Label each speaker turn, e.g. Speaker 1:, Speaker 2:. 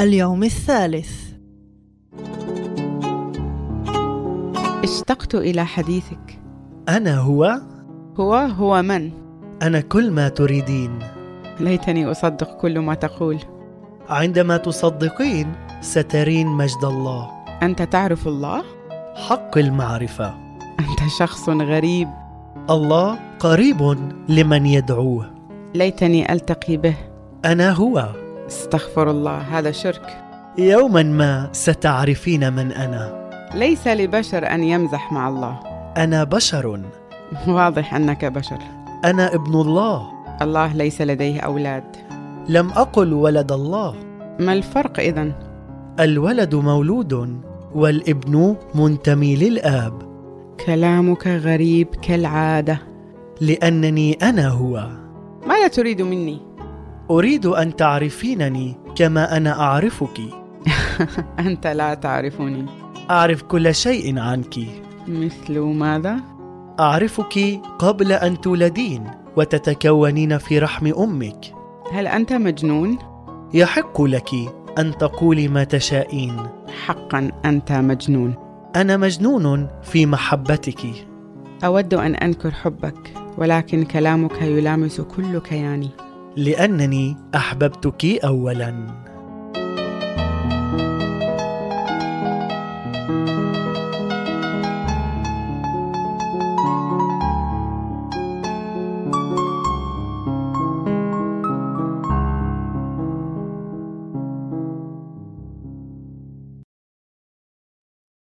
Speaker 1: اليوم الثالث
Speaker 2: اشتقت إلى حديثك
Speaker 3: أنا هو
Speaker 2: هو هو من؟
Speaker 3: أنا كل ما تريدين
Speaker 2: ليتني أصدق كل ما تقول
Speaker 3: عندما تصدقين سترين مجد الله
Speaker 2: أنت تعرف الله؟
Speaker 3: حق المعرفة
Speaker 2: أنت شخص غريب
Speaker 3: الله قريب لمن يدعوه
Speaker 2: ليتني ألتقي به
Speaker 3: أنا هو
Speaker 2: استغفر الله هذا شرك
Speaker 3: يوما ما ستعرفين من أنا
Speaker 2: ليس لبشر أن يمزح مع الله
Speaker 3: أنا بشر
Speaker 2: واضح أنك بشر
Speaker 3: أنا ابن الله
Speaker 2: الله ليس لديه أولاد
Speaker 3: لم أقل ولد الله
Speaker 2: ما الفرق إذا؟
Speaker 3: الولد مولود والابن منتمي للآب
Speaker 2: كلامك غريب كالعادة
Speaker 3: لأنني أنا هو
Speaker 2: ماذا تريد مني؟
Speaker 3: أريد أن تعرفينني كما أنا أعرفك
Speaker 2: أنت لا تعرفني
Speaker 3: أعرف كل شيء عنك
Speaker 2: مثل ماذا؟
Speaker 3: أعرفك قبل أن تولدين وتتكونين في رحم أمك
Speaker 2: هل أنت مجنون؟
Speaker 3: يحق لك أن تقولي ما تشائين
Speaker 2: حقا أنت مجنون
Speaker 3: أنا مجنون في محبتك
Speaker 2: أود أن أنكر حبك ولكن يعني. كلامك يلامس كل كياني
Speaker 3: لأنني أحببتك أولاً